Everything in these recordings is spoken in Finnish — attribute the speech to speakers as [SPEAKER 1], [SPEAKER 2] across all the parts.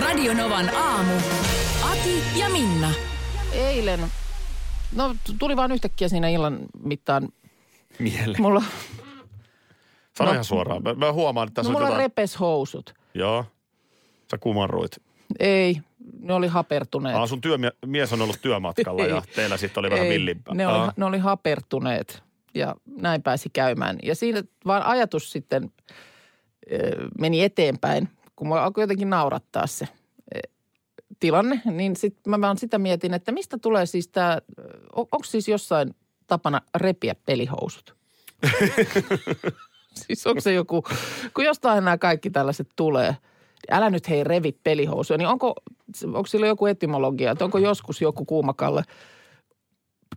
[SPEAKER 1] Radionovan aamu. Ati ja Minna.
[SPEAKER 2] eilen, no t- tuli vaan yhtäkkiä siinä illan mittaan.
[SPEAKER 3] mieleen.
[SPEAKER 2] Mulla,
[SPEAKER 3] Sano
[SPEAKER 2] no-
[SPEAKER 3] ihan suoraan. Mä, mä huomaan, että
[SPEAKER 2] no
[SPEAKER 3] tässä on
[SPEAKER 2] mulla
[SPEAKER 3] jotain.
[SPEAKER 2] repes housut.
[SPEAKER 3] Joo. Sä kumarruit.
[SPEAKER 2] Ei, ne oli hapertuneet.
[SPEAKER 3] Aa, sun työmies on ollut työmatkalla ja
[SPEAKER 2] Ei.
[SPEAKER 3] teillä sitten Ah, oli vähän
[SPEAKER 2] Ei,
[SPEAKER 3] villimpää. Ah.
[SPEAKER 2] ne,
[SPEAKER 3] Aa.
[SPEAKER 2] oli, ne oli hapertuneet ja näin pääsi käymään. Ja siinä vaan ajatus sitten ö, meni eteenpäin, kun mulla alkoi jotenkin naurattaa se ö, tilanne. Niin sitten mä vaan sitä mietin, että mistä tulee siis tämä, onko siis jossain tapana repiä pelihousut? siis onko se joku, kun jostain nämä kaikki tällaiset tulee, niin älä nyt hei revi pelihousuja, niin onko, onko sillä joku etymologia, että onko joskus joku kuumakalle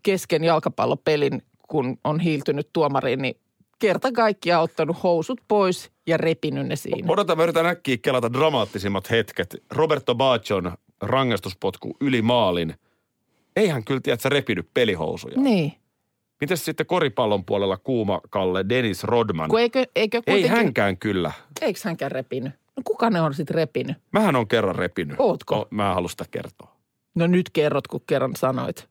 [SPEAKER 2] kesken jalkapallopelin, kun on hiiltynyt tuomariin, niin kerta kaikkiaan ottanut housut pois ja repinyt ne siinä.
[SPEAKER 3] Odota, mä yritän äkkiä kelata dramaattisimmat hetket. Roberto Bacion rangaistuspotku yli maalin. Eihän kyllä tiedä, että sä repinyt pelihousuja.
[SPEAKER 2] Niin,
[SPEAKER 3] Mites sitten koripallon puolella kuuma Kalle Dennis Rodman?
[SPEAKER 2] kun eikö, eikö
[SPEAKER 3] Ei
[SPEAKER 2] kuitenkin,
[SPEAKER 3] hänkään kyllä.
[SPEAKER 2] eikö hänkään repinyt? No kuka ne on sitten repinyt?
[SPEAKER 3] Mähän on kerran repinyt.
[SPEAKER 2] Ootko?
[SPEAKER 3] No, mä en halua sitä kertoa.
[SPEAKER 2] No nyt kerrot, kun kerran sanoit.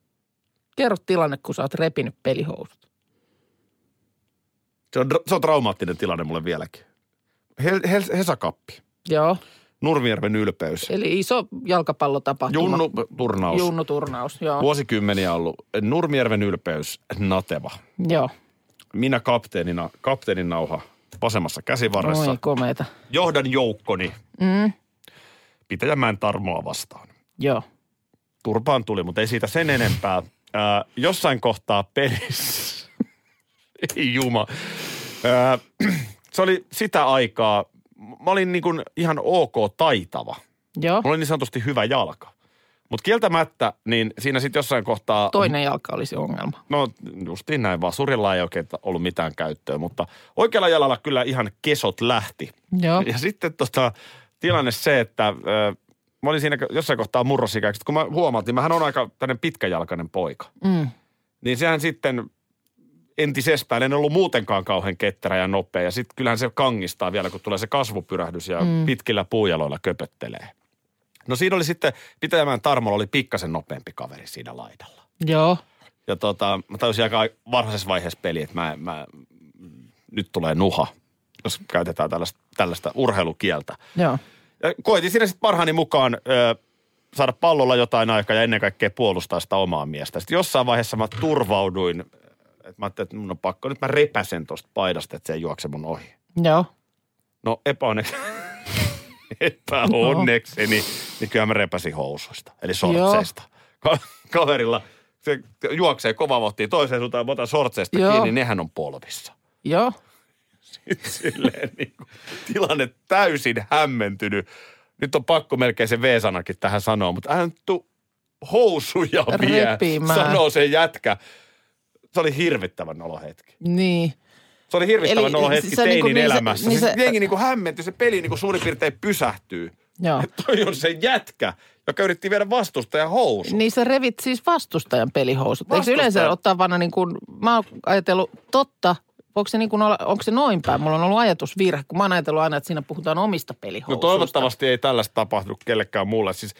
[SPEAKER 2] Kerro tilanne, kun sä oot repinyt pelihousut.
[SPEAKER 3] Se on, dra- se on traumaattinen tilanne mulle vieläkin. Hel- Hel- Hesakappi.
[SPEAKER 2] Joo,
[SPEAKER 3] Nurmijärven ylpeys.
[SPEAKER 2] eli iso jalkapallotapahtuma.
[SPEAKER 3] Junnu turnaus.
[SPEAKER 2] Junnu turnaus, joo.
[SPEAKER 3] Vuosikymmeniä ollut. Nurmijärven ylpeys, Nateva.
[SPEAKER 2] joo.
[SPEAKER 3] Minä kapteenina, kapteenin nauha vasemmassa käsivarressa.
[SPEAKER 2] Oi, komeeta.
[SPEAKER 3] Johdan joukkoni
[SPEAKER 2] Mm,
[SPEAKER 3] pitäjämään tarmoa vastaan.
[SPEAKER 2] joo.
[SPEAKER 3] Turpaan tuli, mutta ei siitä sen enempää. Ää, jossain kohtaa pelissä. ei juma. Ää, se oli sitä aikaa. Mä olin niin kuin ihan ok taitava.
[SPEAKER 2] Joo.
[SPEAKER 3] Mulla oli niin sanotusti hyvä jalka. Mutta kieltämättä, niin siinä sitten jossain kohtaa...
[SPEAKER 2] Toinen jalka oli se ongelma.
[SPEAKER 3] No justiin näin, vasurilla ei oikein ollut mitään käyttöä, mutta oikealla jalalla kyllä ihan kesot lähti.
[SPEAKER 2] Joo.
[SPEAKER 3] Ja sitten tota, tilanne se, että ö, mä olin siinä jossain kohtaa murrosikäiseksi, kun mä huomasin, mähän on aika tämmöinen pitkäjalkainen poika.
[SPEAKER 2] Mm.
[SPEAKER 3] Niin sehän sitten entisestään, en ollut muutenkaan kauhean ketterä ja nopea. Ja sitten kyllähän se kangistaa vielä, kun tulee se kasvupyrähdys ja mm. pitkillä puujaloilla köpöttelee. No siinä oli sitten, pitäjämään Tarmolla oli pikkasen nopeampi kaveri siinä laidalla.
[SPEAKER 2] Joo.
[SPEAKER 3] Ja tota, mä tajusin aika varhaisessa vaiheessa peli, että mä, mä, nyt tulee nuha, jos käytetään tällaista, tällaista urheilukieltä.
[SPEAKER 2] Joo.
[SPEAKER 3] Ja koitin siinä sitten parhaani mukaan ö, saada pallolla jotain aikaa ja ennen kaikkea puolustaa sitä omaa miestä. Sitten jossain vaiheessa mä turvauduin, että mä ajattelin, että mun on pakko, nyt mä repäsen tuosta paidasta, että se ei juokse mun ohi.
[SPEAKER 2] Joo.
[SPEAKER 3] No epäonneksi, epäonnekseni,
[SPEAKER 2] No.
[SPEAKER 3] niin kyllä mä repäsin housuista, eli sortseista. Ka- kaverilla se juoksee kovaa vauhtia toiseen suuntaan, mä otan sortseista
[SPEAKER 2] Joo.
[SPEAKER 3] kiinni, nehän on polvissa.
[SPEAKER 2] Joo.
[SPEAKER 3] Silleen niin kuin, tilanne täysin hämmentynyt. Nyt on pakko melkein se V-sanakin tähän sanoa, mutta hän tuu housuja vie,
[SPEAKER 2] Repimään.
[SPEAKER 3] sanoo se jätkä. Se oli hirvittävän olo hetki.
[SPEAKER 2] Niin.
[SPEAKER 3] Se oli hirvittävän
[SPEAKER 2] Eli
[SPEAKER 3] Eli, olo hetki
[SPEAKER 2] sä
[SPEAKER 3] teinin
[SPEAKER 2] niinku-
[SPEAKER 3] niin
[SPEAKER 2] niin se-
[SPEAKER 3] elämässä.
[SPEAKER 2] niin
[SPEAKER 3] Niin
[SPEAKER 2] se-
[SPEAKER 3] se, Jengi niinku hämmentyy, se peli niinku suurin piirtein pysähtyy.
[SPEAKER 2] Joo.
[SPEAKER 3] Et toi on se jätkä, joka yritti viedä vastustajan housu.
[SPEAKER 2] Niin sä revit siis vastustajan pelihousut. Eikö se yleensä
[SPEAKER 3] Vastustajan.
[SPEAKER 2] ottaa vaan niin kuin, mä oon ajatellut, totta, onko se, niin kuin olla, onko se noin päin? Mulla on ollut ajatusvirhe, kun mä oon ajatellut aina, että siinä puhutaan omista
[SPEAKER 3] No
[SPEAKER 2] pelihousuista.
[SPEAKER 3] toivottavasti ei tällaista tapahdu kellekään muulle. Siis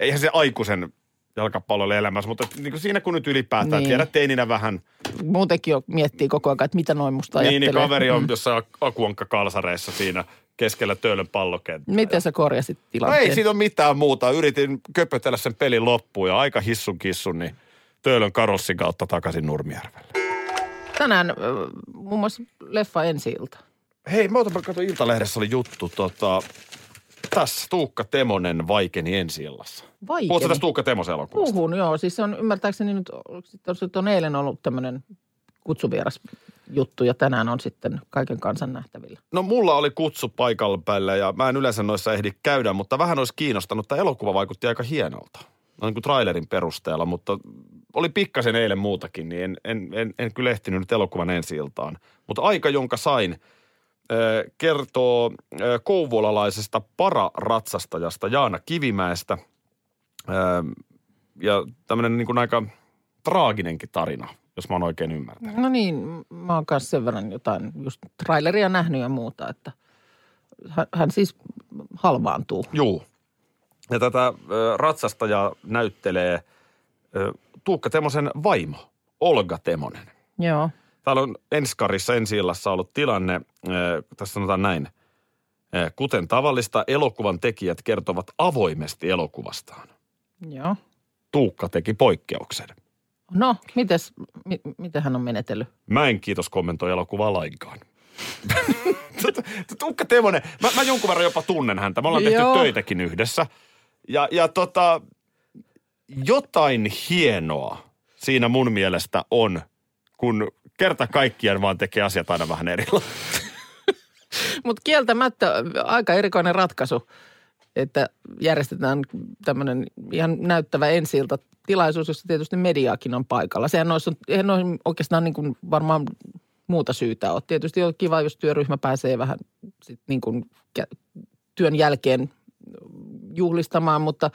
[SPEAKER 3] eihän se aikuisen jalkapallolle elämässä, mutta niinku siinä kun nyt ylipäätään
[SPEAKER 2] Niin.
[SPEAKER 3] niin. tiedät teininä vähän,
[SPEAKER 2] Muutenkin jo miettii koko ajan, että mitä noin musta
[SPEAKER 3] niin, niin
[SPEAKER 2] ajattelee. Mm-hmm. Mm.
[SPEAKER 3] kaveri on jossain akuankka kalsareissa siinä keskellä töölön pallokenttää.
[SPEAKER 2] Miten sä korjasit
[SPEAKER 3] No
[SPEAKER 2] tilanteen?
[SPEAKER 3] ei siitä ole mitään muuta. Yritin köpötellä sen pelin loppuun ja aika hissun kissun, niin töölön karossin kautta takaisin Nurmijärvelle.
[SPEAKER 2] Tänään äh, muun muassa leffa ensi ilta.
[SPEAKER 3] Hei, mä otan kato Iltalehdessä oli juttu, tota, tässä Tuukka Temonen vaikeni ensi illassa.
[SPEAKER 2] Vaikeni.
[SPEAKER 3] Puhutko tästä Tuukka Temosen elokuvasta?
[SPEAKER 2] Puhun, joo. Siis se on ymmärtääkseni nyt, oliko se- on, se on eilen ollut tämmöinen kutsuvieras juttu ja tänään on sitten kaiken kansan nähtävillä.
[SPEAKER 3] No mulla oli kutsu paikalla päällä ja mä en yleensä noissa ehdi käydä, mutta vähän olisi kiinnostanut. Tämä elokuva vaikutti aika hienolta, noin kuin trailerin perusteella, mutta oli pikkasen eilen muutakin, niin en, en, en, en kyllä ehtinyt nyt elokuvan ensi iltaan. Mutta aika, jonka sain, ö, kertoo ö, kouvolalaisesta pararatsastajasta Jaana Kivimäestä. Ö, Ja tämmöinen niin kuin aika traaginenkin tarina, jos mä oon oikein ymmärtänyt.
[SPEAKER 2] No niin, mä oon kanssa sen verran jotain just traileria nähnyt ja muuta, että hän, hän siis halvaantuu.
[SPEAKER 3] Juu. Ja tätä ö, ratsastajaa näyttelee ö, Tuukka Temosen vaimo, Olga Temonen.
[SPEAKER 2] Joo.
[SPEAKER 3] Täällä on Enskarissa ensi illassa ollut tilanne, ö, tässä sanotaan näin. ö, Kuten tavallista, elokuvan tekijät kertovat avoimesti elokuvastaan.
[SPEAKER 2] Joo.
[SPEAKER 3] Tuukka teki poikkeuksen.
[SPEAKER 2] No, mites, mi, miten hän on menetellyt?
[SPEAKER 3] Mä en kiitos kommentoi elokuvaa lainkaan. Tuukka Temonen, mä, mä jonkun verran jopa tunnen häntä. Me ollaan tehty
[SPEAKER 2] Joo.
[SPEAKER 3] töitäkin yhdessä. Ja, ja tota, jotain hienoa siinä mun mielestä on, kun kerta kaikkiaan vaan tekee asiat aina vähän erillä.
[SPEAKER 2] Mutta kieltämättä aika erikoinen ratkaisu, että järjestetään tämmöinen ihan näyttävä ensi tilaisuus, jossa tietysti mediaakin on paikalla. Sehän olisi, eihän noin oikeastaan niin kuin varmaan muuta syytä ole. Tietysti on kiva, jos työryhmä pääsee vähän sit niin kuin kä- työn jälkeen juhlistamaan, mutta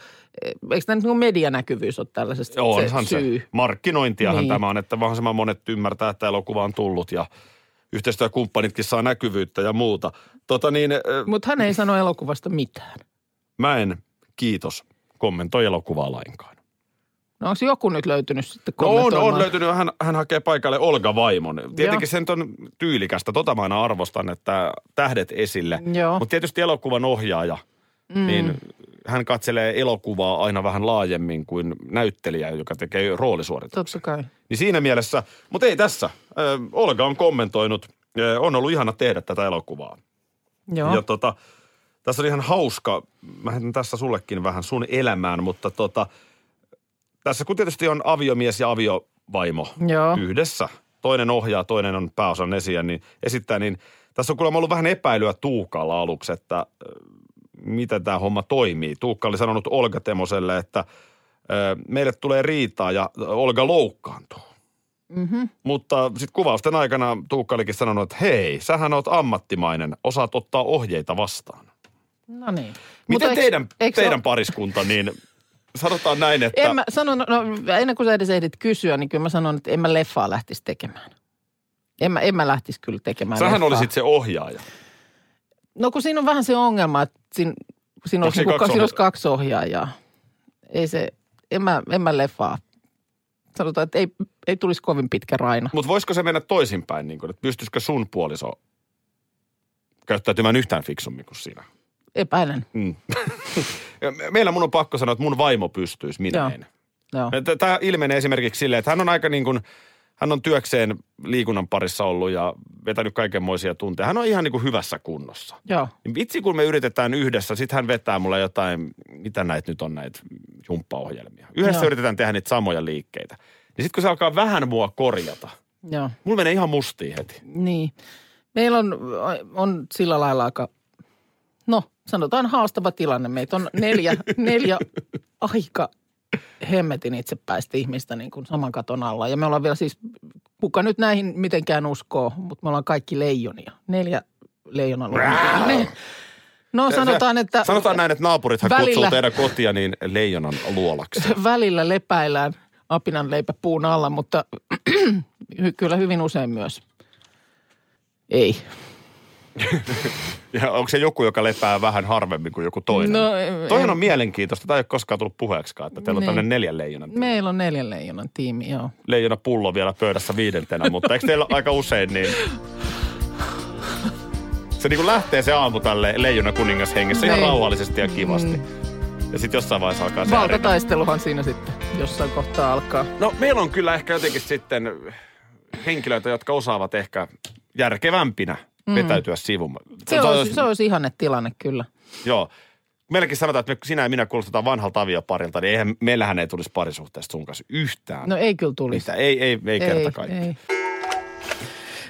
[SPEAKER 2] eikö tämä nyt niin kuin medianäkyvyys ole tällaisesta
[SPEAKER 3] Onhan se.
[SPEAKER 2] syy?
[SPEAKER 3] se. Markkinointiahan
[SPEAKER 2] Niin.
[SPEAKER 3] niin. tämä on, että mahdollisimman monet ymmärtää, että elokuva on tullut ja yhteistyökumppanitkin saa näkyvyyttä ja muuta. Tota niin, ö,
[SPEAKER 2] Mutta hän ei sano elokuvasta mitään.
[SPEAKER 3] mä en kiitos kommentoi elokuvaa lainkaan.
[SPEAKER 2] No onko joku nyt löytynyt sitten
[SPEAKER 3] No on,
[SPEAKER 2] kommentoimaan?
[SPEAKER 3] on löytynyt. Hän, hän hakee paikalle Olga Vaimon.
[SPEAKER 2] Joo.
[SPEAKER 3] Tietenkin se nyt on tyylikästä. Tota mä aina arvostan, että tähdet esille.
[SPEAKER 2] Joo.
[SPEAKER 3] Mutta tietysti elokuvan ohjaaja, mm. niin hän katselee elokuvaa aina vähän laajemmin kuin näyttelijä, joka tekee roolisuorituksen.
[SPEAKER 2] Totta kai.
[SPEAKER 3] Niin siinä mielessä, mutta ei tässä. Ö, Olga on kommentoinut, ö, on ollut ihana tehdä tätä elokuvaa.
[SPEAKER 2] Joo.
[SPEAKER 3] Ja tota, tässä oli ihan hauska, mä heitän tässä sullekin vähän sun elämään, mutta tota, tässä kun tietysti on aviomies ja aviovaimo
[SPEAKER 2] Joo.
[SPEAKER 3] yhdessä, toinen ohjaa, toinen on pääosan esiä, niin esittää, niin tässä on kuulemma ollut vähän epäilyä Tuukalla aluksi, että äh, miten tämä homma toimii. Tuukka oli sanonut Olga Temoselle, että äh, meille tulee riitaa ja Olga loukkaantuu.
[SPEAKER 2] Mm-hmm.
[SPEAKER 3] Mutta sitten kuvausten aikana Tuukka olikin sanonut, että hei, sähän oot ammattimainen, osaat ottaa ohjeita vastaan.
[SPEAKER 2] No niin.
[SPEAKER 3] Miten
[SPEAKER 2] Mutta
[SPEAKER 3] teidän,
[SPEAKER 2] eiks- eiks
[SPEAKER 3] teidän
[SPEAKER 2] ole-
[SPEAKER 3] pariskunta, niin sanotaan näin, että
[SPEAKER 2] En mä sanon, no, ennen kuin sä edes ehdit kysyä, niin kyllä mä sanon, että en mä leffaa lähtisi tekemään. En mä, en mä lähtisi kyllä tekemään
[SPEAKER 3] sähän
[SPEAKER 2] leffaa.
[SPEAKER 3] olisit se ohjaaja.
[SPEAKER 2] No kun siinä on vähän se ongelma, että siinä, siinä, olisi,
[SPEAKER 3] Onko siinä
[SPEAKER 2] niinku-
[SPEAKER 3] kaksi
[SPEAKER 2] siinä olisi
[SPEAKER 3] ohjaajaa?
[SPEAKER 2] kaksi ohjaajaa. Ei se, en mä, en mä leffaa. Sanotaan, että ei, ei tulisi kovin pitkä raina.
[SPEAKER 3] Mutta voisiko se mennä toisinpäin, niin kun, että pystyisikö sun puoliso käyttäytymään yhtään fiksummin kuin sinä?
[SPEAKER 2] Epäilen.
[SPEAKER 3] Mm. Ja me- Meillä mun on pakko sanoa, että mun vaimo pystyisi, minä
[SPEAKER 2] Joo.
[SPEAKER 3] Joo. en.
[SPEAKER 2] Joo.
[SPEAKER 3] Tämä ilmenee esimerkiksi silleen, että hän on aika niin kuin, hän on työkseen liikunnan parissa ollut ja vetänyt kaikenmoisia tunteja. Hän on ihan niin kuin hyvässä kunnossa.
[SPEAKER 2] Joo.
[SPEAKER 3] Niin Vitsi, kun me yritetään yhdessä, sit hän vetää mulle jotain, mitä näitä nyt on näitä jumppaohjelmia. Yhdessä
[SPEAKER 2] Joo.
[SPEAKER 3] Joo. yritetään tehdä niitä samoja liikkeitä. Niin sitten kun se alkaa vähän mua korjata,
[SPEAKER 2] Joo.
[SPEAKER 3] mulla menee ihan mustiin heti.
[SPEAKER 2] Niin. Meillä on, on sillä lailla aika, no sanotaan haastava tilanne. Meitä on neljä, neljä aika hemmetin itsepäistä ihmistä niin kuin saman katon alla. Ja me ollaan vielä siis, kuka nyt näihin mitenkään uskoo, mutta me ollaan kaikki leijonia. Neljä leijonan luontia. Ne- No sanotaan, että
[SPEAKER 3] Sanotaan näin, että naapurithan
[SPEAKER 2] Välillä-
[SPEAKER 3] kutsuu teidän kotia niin leijonan luolaksi.
[SPEAKER 2] välillä lepäillään apinan leipä puun alla, mutta hy- kyllä hyvin usein myös. Ei.
[SPEAKER 3] Ja onko se joku, joka lepää vähän harvemmin kuin joku toinen?
[SPEAKER 2] No, en-
[SPEAKER 3] Toinen on mielenkiintoista. Tämä ei ole koskaan tullut puheeksikaan, että teillä on
[SPEAKER 2] Niin.
[SPEAKER 3] tämmöinen neljän leijonan.
[SPEAKER 2] Meillä on neljän leijonan tiimi, joo.
[SPEAKER 3] Leijona pullo vielä pöydässä viidentenä, mutta eikö teillä aika usein niin... Se niin kuin lähtee se aamu tälle leijona kuningas hengessä ihan
[SPEAKER 2] Niin.
[SPEAKER 3] rauhallisesti ja kivasti.
[SPEAKER 2] Mm.
[SPEAKER 3] Ja sitten jossain vaiheessa alkaa se ärinä.
[SPEAKER 2] Valtataisteluhan siinä sitten jossain kohtaa alkaa.
[SPEAKER 3] No meillä on kyllä ehkä jotenkin sitten henkilöitä, jotka osaavat ehkä järkevämpinä vetäytyä sivun.
[SPEAKER 2] Mm. Se olisi, se olisi ihanne tilanne kyllä.
[SPEAKER 3] Joo. Melkein sanotaan, että me, sinä ja minä kuulostetaan vanhalta avioparilta, niin eihän, meillähän ei tulisi parisuhteesta sun kanssa yhtään.
[SPEAKER 2] No ei kyllä No tulisi.
[SPEAKER 3] Mitä? Ei, ei, ei, ei kerta kaikkiaan.
[SPEAKER 2] ei.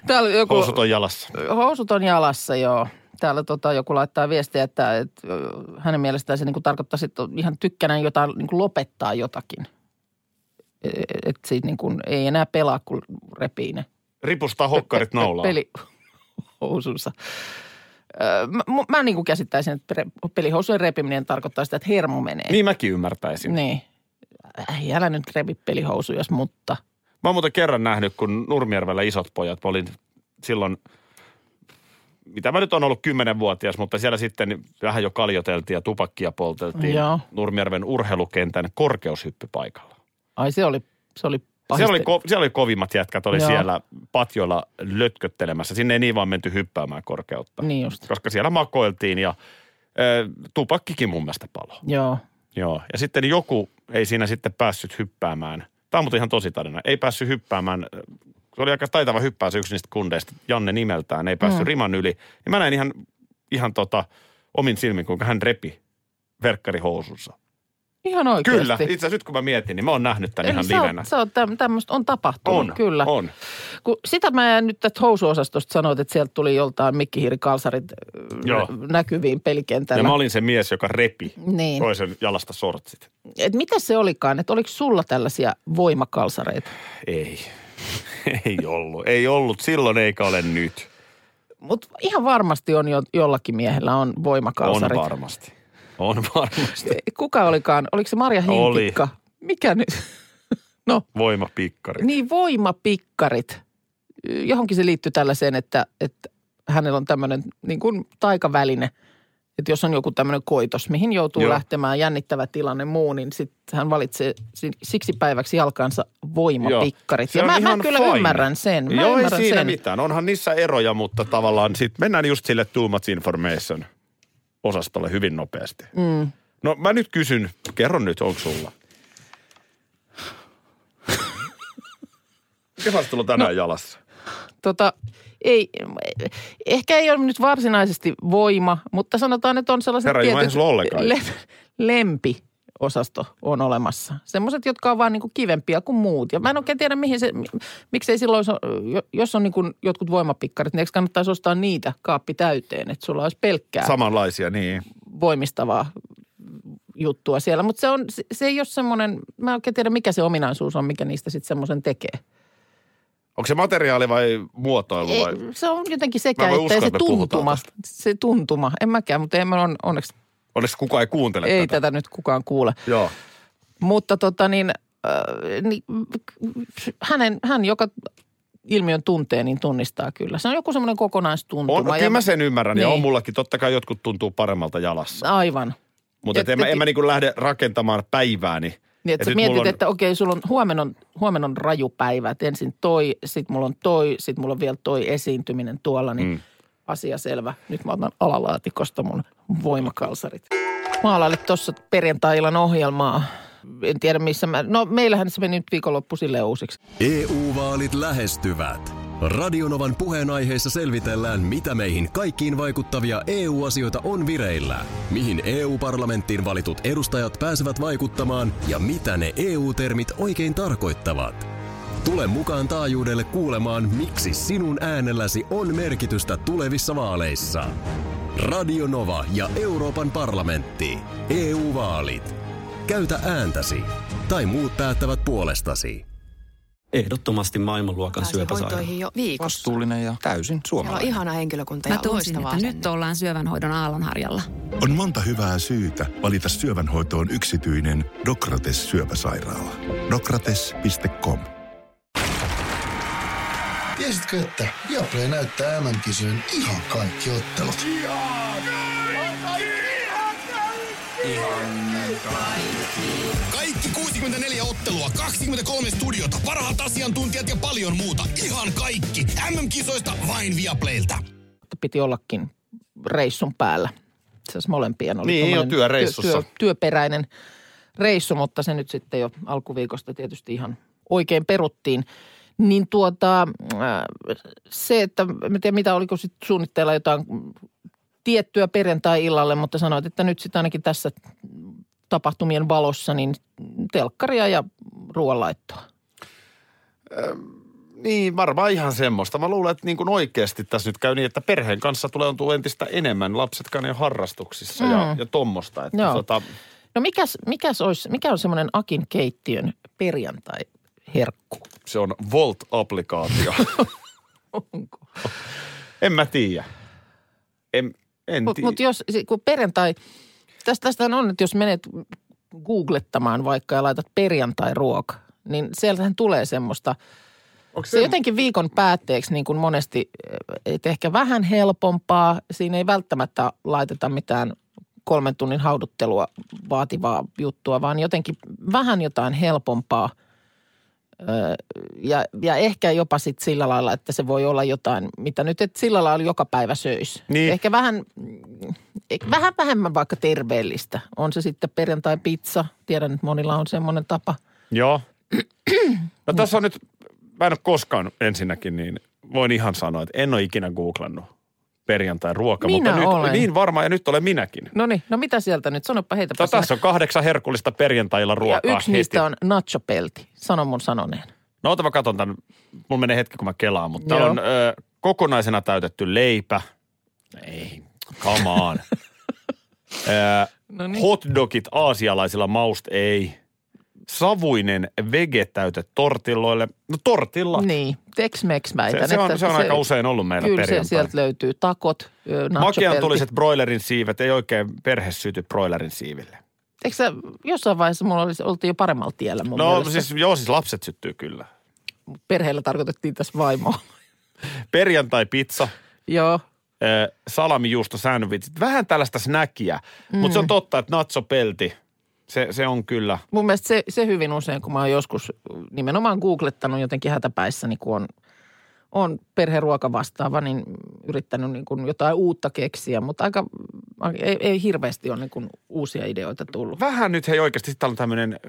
[SPEAKER 2] Täällä joku,
[SPEAKER 3] Housut on jalassa.
[SPEAKER 2] housut on jalassa, joo. Täällä tota, joku laittaa viestiä, että, että ö, hänen mielestään se niin kuin tarkoittaa että on ihan tykkänään jotain, niin kuin lopettaa jotakin. Että siitä niin kuin ei enää pelaa, kun repii ne
[SPEAKER 3] Ripustaa hokkarit
[SPEAKER 2] pe- pe-
[SPEAKER 3] naulaa.
[SPEAKER 2] Peli housunsa. Öö, Mä, mu- mä niin kuin käsittäisin, että pre- pelihousujen repiminen tarkoittaa sitä, että hermo menee.
[SPEAKER 3] Niin mäkin ymmärtäisin.
[SPEAKER 2] Niin. Ei, älä nyt repi pelihousujas, mutta
[SPEAKER 3] Mä oon muuten kerran nähnyt, kun Nurmijärvellä isot pojat, mä olin silloin, mitä mä nyt on ollut kymmenenvuotias, mutta siellä sitten vähän jo kaljoteltiin ja tupakkia polteltiin
[SPEAKER 2] Joo.
[SPEAKER 3] Nurmijärven urheilukentän korkeushyppypaikalla.
[SPEAKER 2] ai se oli, se oli pahiste-
[SPEAKER 3] Siellä oli, ko- siellä oli kovimmat jätkät, oli
[SPEAKER 2] Joo.
[SPEAKER 3] siellä patjoilla lötköttelemässä. Sinne ei niin vaan menty hyppäämään korkeutta,
[SPEAKER 2] Niin just.
[SPEAKER 3] koska siellä makoiltiin ja ö, tupakkikin mun mielestä palo.
[SPEAKER 2] Joo.
[SPEAKER 3] Joo, ja sitten joku ei siinä sitten päässyt hyppäämään. Tämä on muuten ihan tosi tarina. Ei päässyt hyppäämään. Se oli aika taitava hyppää se yksi niistä kundeista, Janne nimeltään, ei päässyt mm. riman yli. Ja mä näin ihan, ihan tota, omin silmin, kuinka hän repi verkkarihousunsa.
[SPEAKER 2] Ihan oikeasti.
[SPEAKER 3] Kyllä, itse asiassa nyt kun mä mietin, niin mä oon nähnyt tämän
[SPEAKER 2] Eli
[SPEAKER 3] ihan
[SPEAKER 2] sä oot-
[SPEAKER 3] livenä.
[SPEAKER 2] Sä oot, täm- tämmöistä on tapahtunut,
[SPEAKER 3] On,
[SPEAKER 2] kyllä.
[SPEAKER 3] on.
[SPEAKER 2] Kun sitä mä en nyt tästä housuosastosta sanoit, että sieltä tuli joltain mikkihiirikalsarit äh,
[SPEAKER 3] Joo.
[SPEAKER 2] nä- näkyviin
[SPEAKER 3] Ja
[SPEAKER 2] pelikentällä.
[SPEAKER 3] mä olin se mies, joka repi
[SPEAKER 2] Niin.
[SPEAKER 3] toisen jalasta sortsit.
[SPEAKER 2] Et mitä se olikaan, että oliko sulla tällaisia voimakalsareita?
[SPEAKER 3] Ei, ei ollut. Ei ollut silloin eikä ole nyt.
[SPEAKER 2] Mutta ihan varmasti on jo, jollakin miehellä on
[SPEAKER 3] On
[SPEAKER 2] voimakalsarit.
[SPEAKER 3] varmasti. On varmasti.
[SPEAKER 2] Kuka olikaan? Oliko se Marja
[SPEAKER 3] Oli.
[SPEAKER 2] Hintikka? Mikä nyt? No,
[SPEAKER 3] Voimapikkari.
[SPEAKER 2] niin voimapikkarit. Johonkin se liittyy tällaiseen, että, että hänellä on tämmöinen niin kuin taikaväline. Että jos on joku tämmöinen koitos, mihin joutuu
[SPEAKER 3] Joo.
[SPEAKER 2] Joo. lähtemään jännittävä tilanne muu, niin sitten hän valitsee si- siksi päiväksi jalkaansa voimapikkarit.
[SPEAKER 3] Se
[SPEAKER 2] Ja
[SPEAKER 3] on
[SPEAKER 2] mä, mä
[SPEAKER 3] ihan
[SPEAKER 2] kyllä
[SPEAKER 3] fine.
[SPEAKER 2] ymmärrän sen. Mä
[SPEAKER 3] Joo, ei
[SPEAKER 2] ymmärrän
[SPEAKER 3] siinä
[SPEAKER 2] sen.
[SPEAKER 3] mitään. Onhan niissä eroja, mutta tavallaan sit mennään just sille too much information osastolle hyvin nopeasti. Mm. No mä nyt kysyn, kerro nyt, onko sulla? Mikä vasta tullut tänään no. jalassa?
[SPEAKER 2] tota, ei, ehkä ei ole nyt varsinaisesti voima, mutta sanotaan, että on sellaiset
[SPEAKER 3] Herra Jumala, eihän sulla ollenkaan.
[SPEAKER 2] lempi osasto on olemassa. Semmoiset, jotka on vaan niin kuin kivempiä kuin muut. Ja mä en oikein tiedä, mihin se, mi- miksei silloin, se- jo- jos on niin kuin jotkut voimapikkarit, niin eikö kannattaisi ostaa niitä kaappi täyteen, että sulla olisi pelkkää
[SPEAKER 3] Samanlaisia, niin.
[SPEAKER 2] voimistavaa juttua siellä. Mutta se, on, se, se ei ole semmoinen, mä en oikein tiedä, mikä se ominaisuus on, mikä niistä sitten semmoisen tekee.
[SPEAKER 3] Onko se materiaali vai muotoilu
[SPEAKER 2] Ei,
[SPEAKER 3] vai?
[SPEAKER 2] se on jotenkin
[SPEAKER 3] Mä
[SPEAKER 2] sekä
[SPEAKER 3] voin
[SPEAKER 2] että ja
[SPEAKER 3] uskoa,
[SPEAKER 2] se
[SPEAKER 3] että me puhutaan
[SPEAKER 2] tuntuma.
[SPEAKER 3] tästä.
[SPEAKER 2] Se tuntuma. En mäkään, mutta en mä on, onneksi
[SPEAKER 3] Onneksi kukaan ei kuuntele
[SPEAKER 2] ei
[SPEAKER 3] tätä.
[SPEAKER 2] tätä nyt kukaan kuule.
[SPEAKER 3] Joo.
[SPEAKER 2] Mutta tota niin, äh, niin hänen, hän, joka ilmiön tuntee, niin tunnistaa kyllä. Se on joku semmoinen kokonaistuntuma.
[SPEAKER 3] On, kyllä mä sen ymmärrän niin. ja
[SPEAKER 2] Niin. No,
[SPEAKER 3] on mullakin. Totta kai jotkut tuntuu paremmalta jalassa.
[SPEAKER 2] Aivan.
[SPEAKER 3] Mutta et en mä, en mä niinku lähde rakentamaan päivääni.
[SPEAKER 2] Niin,
[SPEAKER 3] Et
[SPEAKER 2] että sä
[SPEAKER 3] nyt
[SPEAKER 2] mietit,
[SPEAKER 3] mulla
[SPEAKER 2] on... että okei, sulla on huomenna, on huomenna on rajupäivä. Että ensin toi, sit mulla on toi, sit mulla on vielä toi esiintyminen tuolla, niin mm. asia selvä. Nyt mä otan alalaatikosta mun voimakalsarit. Maalailit tuossa perjantai-illan ohjelmaa. En tiedä missä mä... No meillähän se meni nyt viikonloppu sille uusiksi.
[SPEAKER 4] EU-vaalit E lähestyvät. Radionovan puheenaiheessa selvitellään, mitä meihin kaikkiin vaikuttavia EU-asioita on vireillä, mihin EU-parlamenttiin valitut edustajat pääsevät vaikuttamaan ja mitä ne EU-termit oikein tarkoittavat. Tule mukaan taajuudelle kuulemaan, miksi sinun äänelläsi on merkitystä tulevissa vaaleissa. Radio Nova ja Euroopan parlamentti. EU-vaalit. Käytä ääntäsi. Tai muut päättävät puolestasi.
[SPEAKER 5] Ehdottomasti maailmanluokan
[SPEAKER 6] pääsee
[SPEAKER 5] syöpäsairaala.
[SPEAKER 6] hoitoihin jo viikossa.
[SPEAKER 7] vastuullinen ja täysin
[SPEAKER 6] Siellä on
[SPEAKER 7] suomalainen.
[SPEAKER 6] ihana henkilökunta ja
[SPEAKER 1] Mä tunsin,
[SPEAKER 6] loistava
[SPEAKER 1] että nyt
[SPEAKER 6] asenne.
[SPEAKER 1] ollaan syövänhoidon aallonharjalla.
[SPEAKER 8] On monta hyvää syytä valita syövänhoitoon yksityinen Dokrates syöpäsairaala. Dokrates.com
[SPEAKER 9] Tiesitkö, että Viaplay näyttää MM-kisojen ihan kaikki ottelut?
[SPEAKER 10] Kaikki 64 ottelua, 23 studiota, parhaat asiantuntijat ja paljon muuta. Ihan kaikki. MM-kisoista vain Viaplaylta.
[SPEAKER 2] Että piti ollakin reissun päällä. Itse asiassa molempien oli
[SPEAKER 3] Niin, jo
[SPEAKER 2] tommonen
[SPEAKER 3] työreissussa.
[SPEAKER 2] Työ, työ, työperäinen reissu, mutta se nyt sitten jo alkuviikosta tietysti ihan oikein peruttiin. Niin tuota, äh, se, että mä tiedän, mitä oliko sit suunnitteilla jotain mm, tiettyä perjantai-illalle, mutta sanoit, että nyt sitten ainakin tässä tapahtumien valossa, niin telkkaria ja ruoanlaittoa.
[SPEAKER 3] Niin, varmaan ihan semmoista. Mä luulen, että niin kuin oikeasti tässä nyt käy niin, että perheen kanssa tulee ontua entistä enemmän. Lapsetkaan ei ole harrastuksissa mm. ja, ja tommosta. Että
[SPEAKER 2] Joo.
[SPEAKER 3] tota,
[SPEAKER 2] No mikäs, mikäs olisi, mikä on semmoinen Akin keittiön perjantai-herkku?
[SPEAKER 3] se on Volt-applikaatio.
[SPEAKER 2] Onko?
[SPEAKER 3] en mä tiedä. En, en
[SPEAKER 2] Mutta
[SPEAKER 3] tii-
[SPEAKER 2] mut jos, se- kun perjantai, tästä, tästähän on, että jos menet googlettamaan vaikka ja laitat perjantai-ruoka, niin sieltähän tulee semmoista.
[SPEAKER 3] Onko
[SPEAKER 2] Se jotenkin viikon päätteeksi niin kuin monesti, eh, että ehkä vähän helpompaa. Siinä ei välttämättä laiteta mitään kolmen tunnin hauduttelua vaativaa juttua, vaan jotenkin vähän jotain helpompaa. Öö, Ja, ja ehkä jopa sit sillä lailla, että se voi olla jotain, mitä nyt et sillä lailla joka päivä söisi.
[SPEAKER 3] Niin.
[SPEAKER 2] Ehkä vähän, ehkä vähän vähemmän vaikka terveellistä. On se sitten perjantai-pizza. Tiedän, että monilla on semmoinen tapa.
[SPEAKER 3] Joo. No tässä on nyt, mä en ole koskaan ensinnäkin niin, voin ihan sanoa, että en ole ikinä googlannut perjantai ruoka.
[SPEAKER 2] Minä
[SPEAKER 3] mutta nyt,
[SPEAKER 2] olen.
[SPEAKER 3] Niin varmaan, ja nyt olen minäkin.
[SPEAKER 2] No niin, no mitä sieltä nyt? Sanopa heitä.
[SPEAKER 3] Tota, tässä on kahdeksan herkullista perjantailla ruokaa
[SPEAKER 2] Ja yksi
[SPEAKER 3] heti.
[SPEAKER 2] niistä on nachopelti, sanon mun sanoneen.
[SPEAKER 3] No ota mä katon tämän, mulla menee hetki kun mä kelaan, mutta
[SPEAKER 2] Joo.
[SPEAKER 3] täällä on ö, kokonaisena täytetty leipä. Ei, come on. ö,
[SPEAKER 2] No
[SPEAKER 3] Hotdogit aasialaisilla maust ei. Savuinen vege-täyte tortilloille. No tortilla.
[SPEAKER 2] Niin, Tex-Mex väitän.
[SPEAKER 3] Se, se, on,
[SPEAKER 2] että
[SPEAKER 3] se on aika usein ollut meillä
[SPEAKER 2] Kyllä se
[SPEAKER 3] perjantai.
[SPEAKER 2] sieltä löytyy. Takot, ö, nachopelti.
[SPEAKER 3] Makean tuliset broilerin siivet, ei oikein perhe syty broilerin siiville.
[SPEAKER 2] Eikö sä, jossain vaiheessa mulla olisi, oltiin jo paremmalla tiellä mun
[SPEAKER 3] No
[SPEAKER 2] mielestä.
[SPEAKER 3] siis, joo, siis lapset syttyy kyllä.
[SPEAKER 2] Perheellä tarkoitettiin tässä vaimoa.
[SPEAKER 3] Perjantai-pizza,
[SPEAKER 2] Joo.
[SPEAKER 3] ö, salamijuusto, sandwichit, vähän tällaista snäkiä. Mutta se
[SPEAKER 2] Mm.
[SPEAKER 3] on totta, että natsopelti, se, se on kyllä.
[SPEAKER 2] Mun mielestä se, se hyvin usein, kun mä oon joskus nimenomaan googlettanut jotenkin hätäpäissäni, kun on, on perheruoka vastaava, niin yrittänyt niin kuin jotain uutta keksiä, mutta aika, ei, ei hirveästi ole niin kuin uusia ideoita tullut.
[SPEAKER 3] Vähän nyt hei oikeasti, sitten täällä on tämmöinen,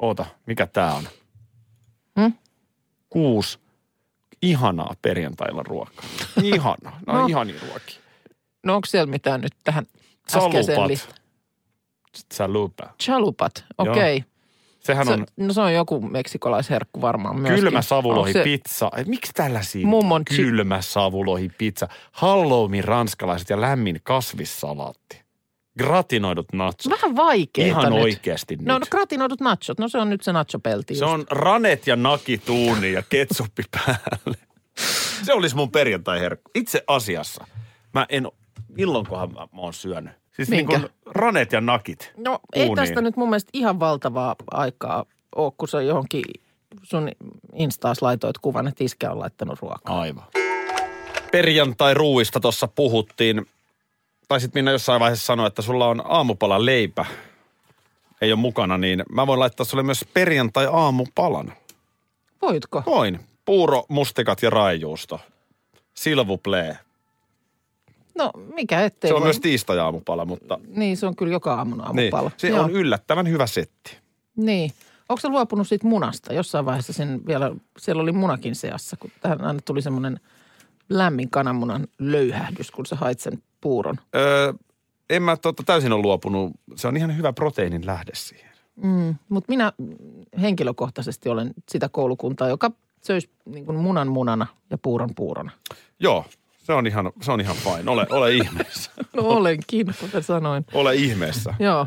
[SPEAKER 3] oota, mikä tää on?
[SPEAKER 2] Hmm?
[SPEAKER 3] Kuusi ihanaa perjantailla ruokaa. Ihanaa, no,
[SPEAKER 2] No.
[SPEAKER 3] no. ihania ruokia.
[SPEAKER 2] No onko siellä mitään nyt tähän äskeiseen listaan?
[SPEAKER 3] Salupat. Salupa.
[SPEAKER 2] Chalupat, okei.
[SPEAKER 3] Sehän
[SPEAKER 2] Se,
[SPEAKER 3] on
[SPEAKER 2] no se on joku meksikolaisherkku varmaan myöskin.
[SPEAKER 3] Kylmä
[SPEAKER 2] Onko
[SPEAKER 3] savulohi
[SPEAKER 2] se-
[SPEAKER 3] pizza. Ei, Miksi tällaisia?
[SPEAKER 2] Mummon chi-
[SPEAKER 3] Kylmä savulohi pizza. Halloween ranskalaiset ja lämmin kasvissalaatti. Gratinoidut nachot.
[SPEAKER 2] Vähän vaikeita
[SPEAKER 3] Ihan
[SPEAKER 2] nyt.
[SPEAKER 3] oikeasti nyt.
[SPEAKER 2] No, no gratinoidut nachot, no se on nyt se nachopelti
[SPEAKER 3] Se
[SPEAKER 2] just.
[SPEAKER 3] on ranet ja nakituuni ja ketsuppi päälle. Se olisi mun perjantai-herkku. Itse asiassa mä en, milloinkohan mä, mä oon syönyt. Siis
[SPEAKER 2] Minkä?
[SPEAKER 3] niin kuin ranet ja nakit.
[SPEAKER 2] No ei
[SPEAKER 3] uuniin.
[SPEAKER 2] tästä nyt mun mielestä ihan valtavaa aikaa ole, kun sä johonkin sun instaas laitoit kuvan, että iskä on laittanut ruokaa.
[SPEAKER 3] Aivan. Perjantai-ruuista tuossa puhuttiin. Taisit minä jossain vaiheessa sanoa, että sulla on aamupala leipä. Ei ole mukana, niin mä voin laittaa sulle myös perjantai-aamupalan.
[SPEAKER 2] Voitko?
[SPEAKER 3] Voin. Puuro, mustikat ja raijuusto. Silvuplee.
[SPEAKER 2] No mikä ettei
[SPEAKER 3] Se on
[SPEAKER 2] voi.
[SPEAKER 3] myös tiistai-aamupala, mutta...
[SPEAKER 2] Niin, se on kyllä joka aamun aamupala.
[SPEAKER 3] Niin. Se
[SPEAKER 2] Joo.
[SPEAKER 3] on yllättävän hyvä setti.
[SPEAKER 2] Niin. Onko se luopunut siitä munasta? Jossain vaiheessa sen vielä, siellä oli munakin seassa, kun tähän aina tuli semmoinen lämmin kananmunan löyhähdys, kun sä hait sen puuron.
[SPEAKER 3] Öö, en mä tota, täysin ole luopunut. Se on ihan hyvä proteiinin lähde siihen.
[SPEAKER 2] Mm. Mutta minä henkilökohtaisesti olen sitä koulukuntaa, joka söisi niin kuin munan munana ja puuron puurona.
[SPEAKER 3] Joo, se on ihan, se on ihan fine. Ole, ole ihmeessä.
[SPEAKER 2] No olenkin, kuten sanoin.
[SPEAKER 3] Ole ihmeessä.
[SPEAKER 2] Joo,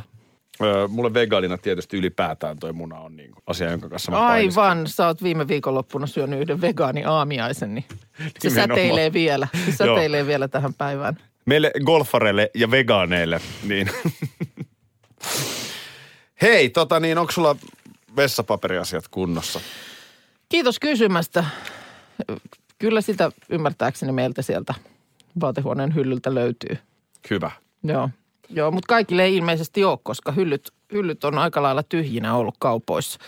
[SPEAKER 3] Öö, mulle vegaanina tietysti ylipäätään toi muna on niin kuin asia, jonka kanssa mä painiskelen.
[SPEAKER 2] aivan. Sä oot viime viikonloppuna syönyt yhden vegaani aamiaisen, niin se
[SPEAKER 3] Nimenomaan.
[SPEAKER 2] säteilee vielä. Se
[SPEAKER 3] Joo.
[SPEAKER 2] säteilee vielä tähän päivään.
[SPEAKER 3] Meille golfareille ja vegaaneille, niin... Hei, tota niin, onko sulla vessapaperiasiat kunnossa?
[SPEAKER 2] Kiitos kysymästä. Kyllä sitä ymmärtääkseni meiltä sieltä vaatehuoneen hyllyltä löytyy.
[SPEAKER 3] Hyvä.
[SPEAKER 2] Joo, Joo mutta kaikille ei ilmeisesti ole, koska hyllyt, hyllyt on aika lailla tyhjinä ollut kaupoissa.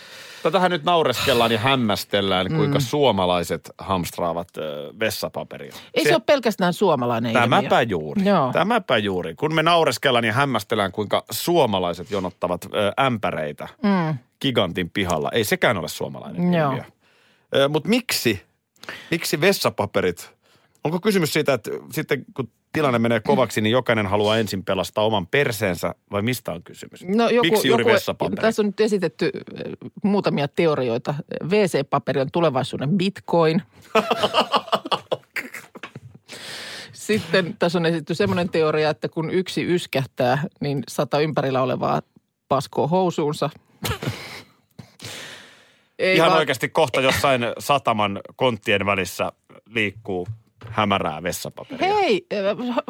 [SPEAKER 3] Tätähän nyt naureskellaan ja hämmästellään, kuinka mm. suomalaiset hamstraavat ö, vessapaperia.
[SPEAKER 2] Ei se, se ole pelkästään suomalainen ilmiö.
[SPEAKER 3] Tämäpä juuri.
[SPEAKER 2] Joo.
[SPEAKER 3] Tämäpä juuri. Kun me naureskellaan ja hämmästellään, kuinka suomalaiset jonottavat ö, ämpäreitä
[SPEAKER 2] Mm.
[SPEAKER 3] gigantin pihalla. Ei sekään ole suomalainen
[SPEAKER 2] Joo.
[SPEAKER 3] ilmiö. Mutta miksi? Miksi vessapaperit? Onko kysymys siitä, että sitten kun tilanne menee kovaksi, niin jokainen haluaa ensin pelastaa oman perseensä, vai mistä on kysymys?
[SPEAKER 2] No joku,
[SPEAKER 3] Miksi juuri
[SPEAKER 2] joku,
[SPEAKER 3] vessapaperi?
[SPEAKER 2] Tässä on nyt esitetty eh, muutamia teorioita. WC-paperi on tulevaisuuden bitcoin. Sitten tässä on esitetty semmoinen teoria, että kun yksi yskähtää, niin sata ympärillä olevaa paskoo housuunsa. Ei
[SPEAKER 3] Ihan
[SPEAKER 2] vaan-
[SPEAKER 3] oikeasti kohta jossain sataman konttien välissä liikkuu hämärää vessapaperia.
[SPEAKER 2] Hei, eh,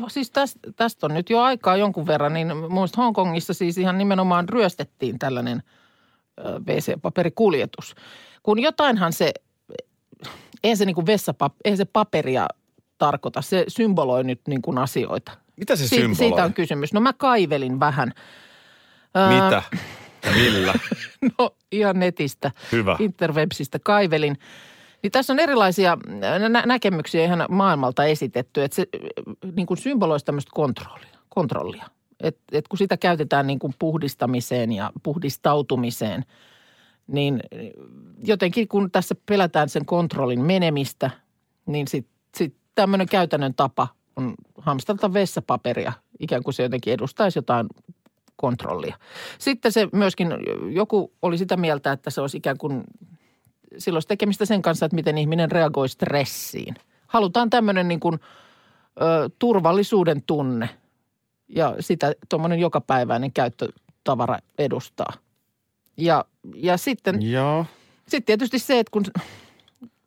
[SPEAKER 2] siis tästä, tästä on nyt jo aikaa jonkun verran, niin mun mielestä Hongkongissa siis ihan nimenomaan ryöstettiin tällainen ö, WC-paperikuljetus. Kun jotainhan se, ei se, niin kuin vessapap, ei se paperia tarkoita, se symboloi nyt niin kuin asioita.
[SPEAKER 3] Mitä
[SPEAKER 2] Siit-
[SPEAKER 3] se symboloi?
[SPEAKER 2] Siitä on kysymys. No mä kaivelin vähän. Ö,
[SPEAKER 3] Mitä? Ja millä?
[SPEAKER 2] No ihan netistä,
[SPEAKER 3] Hyvä.
[SPEAKER 2] interwebsistä kaivelin. Niin tässä on erilaisia äh, nä- näkemyksiä ihan maailmalta esitetty, että se äh, niin kuin symboloisi tämmöistä kontrollia. kontrollia. Et, et kun sitä käytetään niin kuin puhdistamiseen ja puhdistautumiseen, niin jotenkin kun tässä pelätään sen kontrollin menemistä, niin sitten sit tämmöinen käytännön tapa on hamstata vessapaperia, ikään kuin se jotenkin edustaisi jotain kontrollia. Sitten se myöskin, joku oli sitä mieltä, että se olisi ikään kuin, silloin olisi tekemistä sen kanssa, että miten ihminen reagoi stressiin. Halutaan tämmöinen niin kuin, ö, turvallisuuden tunne ja sitä tuommoinen jokapäiväinen käyttötavara edustaa. Ja, ja sitten
[SPEAKER 3] Joo.
[SPEAKER 2] sitten tietysti se, että kun,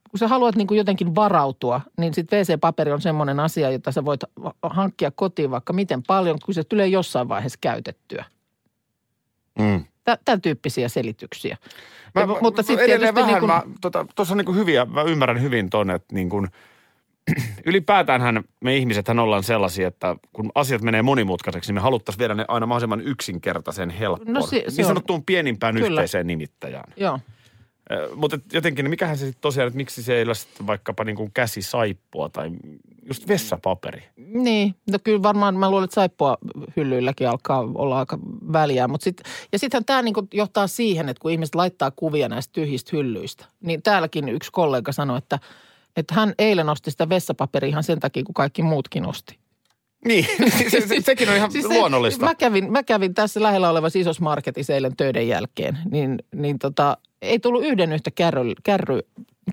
[SPEAKER 2] kun sä haluat niin kuin jotenkin varautua, niin sitten WC-paperi on semmoinen asia, jota sä voit va- hankkia kotiin vaikka miten paljon, kun se tulee jossain vaiheessa käytettyä.
[SPEAKER 3] Mm.
[SPEAKER 2] Tä, tämän tyyppisiä selityksiä.
[SPEAKER 3] Mä,
[SPEAKER 2] Ja mu-
[SPEAKER 3] mä,
[SPEAKER 2] mutta
[SPEAKER 3] mutta
[SPEAKER 2] sitten
[SPEAKER 3] sitten edelleen
[SPEAKER 2] tietysti niin
[SPEAKER 3] vähän, niin
[SPEAKER 2] kun-
[SPEAKER 3] mä, tota, tuossa on niin hyviä, mä ymmärrän hyvin ton, että niin kun, ylipäätäänhän me ihmisethän ollaan sellaisia, että kun asiat menee monimutkaiseksi, niin me haluttaisiin viedä ne aina mahdollisimman yksinkertaisen helppoon.
[SPEAKER 2] No se- se
[SPEAKER 3] niin
[SPEAKER 2] on-
[SPEAKER 3] sanottuun pienimpään
[SPEAKER 2] Kyllä.
[SPEAKER 3] yhteiseen nimittäjään.
[SPEAKER 2] Joo.
[SPEAKER 3] Ö, Mutta et jotenkin, niin mikähän se sitten tosiaan, että miksi se ei ole sitten vaikkapa niin kuin käsisaippua tai just vessapaperi.
[SPEAKER 2] Niin, no kyllä varmaan mä luulen, että saippua hyllyilläkin alkaa olla aika väliä. Mutta sit, ja sittenhän tämä niinku johtaa siihen, että kun ihmiset laittaa kuvia näistä tyhjistä hyllyistä, niin täälläkin yksi kollega sanoi, että, että hän eilen osti sitä vessapaperia ihan sen takia, kun kaikki muutkin osti.
[SPEAKER 3] Niin, se, se, sekin on ihan siis
[SPEAKER 2] se-
[SPEAKER 3] luonnollista.
[SPEAKER 2] Mä kävin, mä kävin tässä lähellä olevassa isossa marketissa eilen töiden jälkeen, niin, niin tota, ei tullut yhden yhtä kärry, kärry,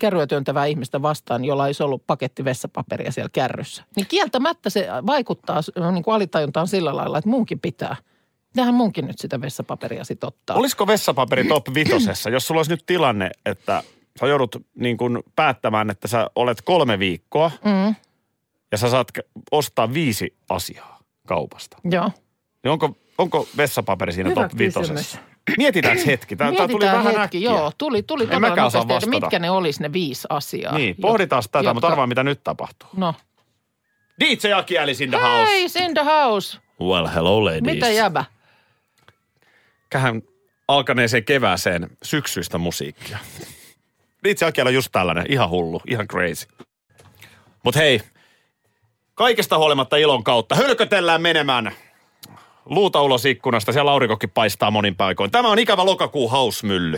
[SPEAKER 2] kärryä työntävää ihmistä vastaan, jolla olisi ollut paketti vessapaperia siellä kärryssä. Niin kieltämättä se vaikuttaa s- niin kuin alitajuntaan sillä lailla, että munkin pitää. Tähän munkin nyt sitä vessapaperia sit ottaa.
[SPEAKER 3] Olisiko vessapaperi top vitosessa, jos sulla olisi nyt tilanne, että sä joudut niin kuin päättämään, että sä olet kolme viikkoa
[SPEAKER 2] Mm,
[SPEAKER 3] ja sä saat k- ostaa viisi asiaa kaupasta.
[SPEAKER 2] joo.
[SPEAKER 3] Niin onko, onko vessapaperi siinä
[SPEAKER 2] Hyvä
[SPEAKER 3] top vitosessa?
[SPEAKER 2] kysymys.
[SPEAKER 3] Mietitään hetki. Tämä, tämä tuli
[SPEAKER 2] Mietitään
[SPEAKER 3] vähän
[SPEAKER 2] hetki,
[SPEAKER 3] äkkiä.
[SPEAKER 2] Joo, tuli, tuli todella
[SPEAKER 3] mäkään osaa
[SPEAKER 2] nopeasti, että
[SPEAKER 3] vastata.
[SPEAKER 2] mitkä ne olisi ne viisi asiaa.
[SPEAKER 3] Niin, pohditaan tätä,
[SPEAKER 2] jotka-
[SPEAKER 3] mutta arvaa mitä nyt tapahtuu.
[SPEAKER 2] No.
[SPEAKER 3] DJ Aki Alice in the house.
[SPEAKER 2] Hei, in the house.
[SPEAKER 3] Well, hello ladies.
[SPEAKER 2] Mitä jäbä?
[SPEAKER 3] Kähän alkaneeseen kevääseen syksyistä musiikkia. Itse Akialla on just tällainen, ihan hullu, ihan crazy. Mut hei, kaikesta huolimatta ilon kautta hölkötellään menemään luuta ulos ikkunasta. Siellä aurinkokin paistaa monin paikoin. Tämä on ikävä lokakuun hausmylly.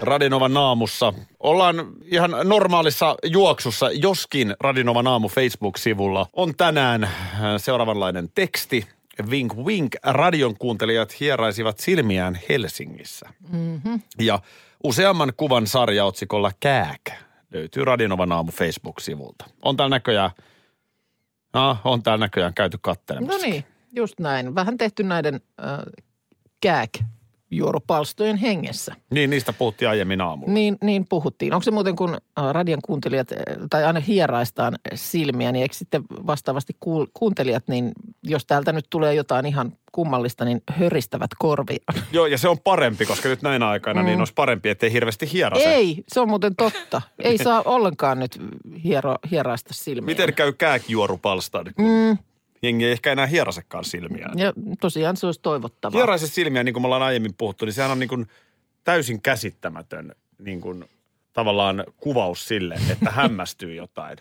[SPEAKER 3] Radinovan naamussa. Ollaan ihan normaalissa juoksussa, joskin Radinovan naamu Facebook-sivulla on tänään äh, seuraavanlainen teksti. Vink vink, radion kuuntelijat hieraisivat silmiään Helsingissä.
[SPEAKER 2] Mm-hmm.
[SPEAKER 3] Ja useamman kuvan sarjaotsikolla Kääkä löytyy Radinovan aamu Facebook-sivulta. On täällä näköjään, ah, on täällä näköjään käyty
[SPEAKER 2] No
[SPEAKER 3] kattelemassa.
[SPEAKER 2] niin, just näin. Vähän tehty näiden äh, kääk juoropalstojen hengessä.
[SPEAKER 3] Niin, niistä puhuttiin aiemmin aamulla.
[SPEAKER 2] Niin, niin puhuttiin. Onko se muuten, kun äh, radion kuuntelijat, äh, tai aina hieraistaan silmiä, niin eikö sitten vastaavasti kuul- kuuntelijat, niin jos täältä nyt tulee jotain ihan kummallista, niin höristävät korvia.
[SPEAKER 3] Joo, ja se on parempi, koska nyt näinä aikana mm. niin olisi parempi, ettei hirveästi hiera se.
[SPEAKER 2] Ei, se on muuten totta. Ei saa ollenkaan nyt hiero, hieraista silmiä.
[SPEAKER 3] Miten käy kääkjuorupalstan, kun
[SPEAKER 2] Mm,
[SPEAKER 3] jengi ei ehkä enää hierasekaan silmiään?
[SPEAKER 2] ja tosiaan se olisi toivottavaa.
[SPEAKER 3] Hieraise silmiä, niin kuin me ollaan aiemmin puhuttu, niin sehän on niin kuin täysin käsittämätön niin kuin tavallaan kuvaus sille, että hämmästyy jotain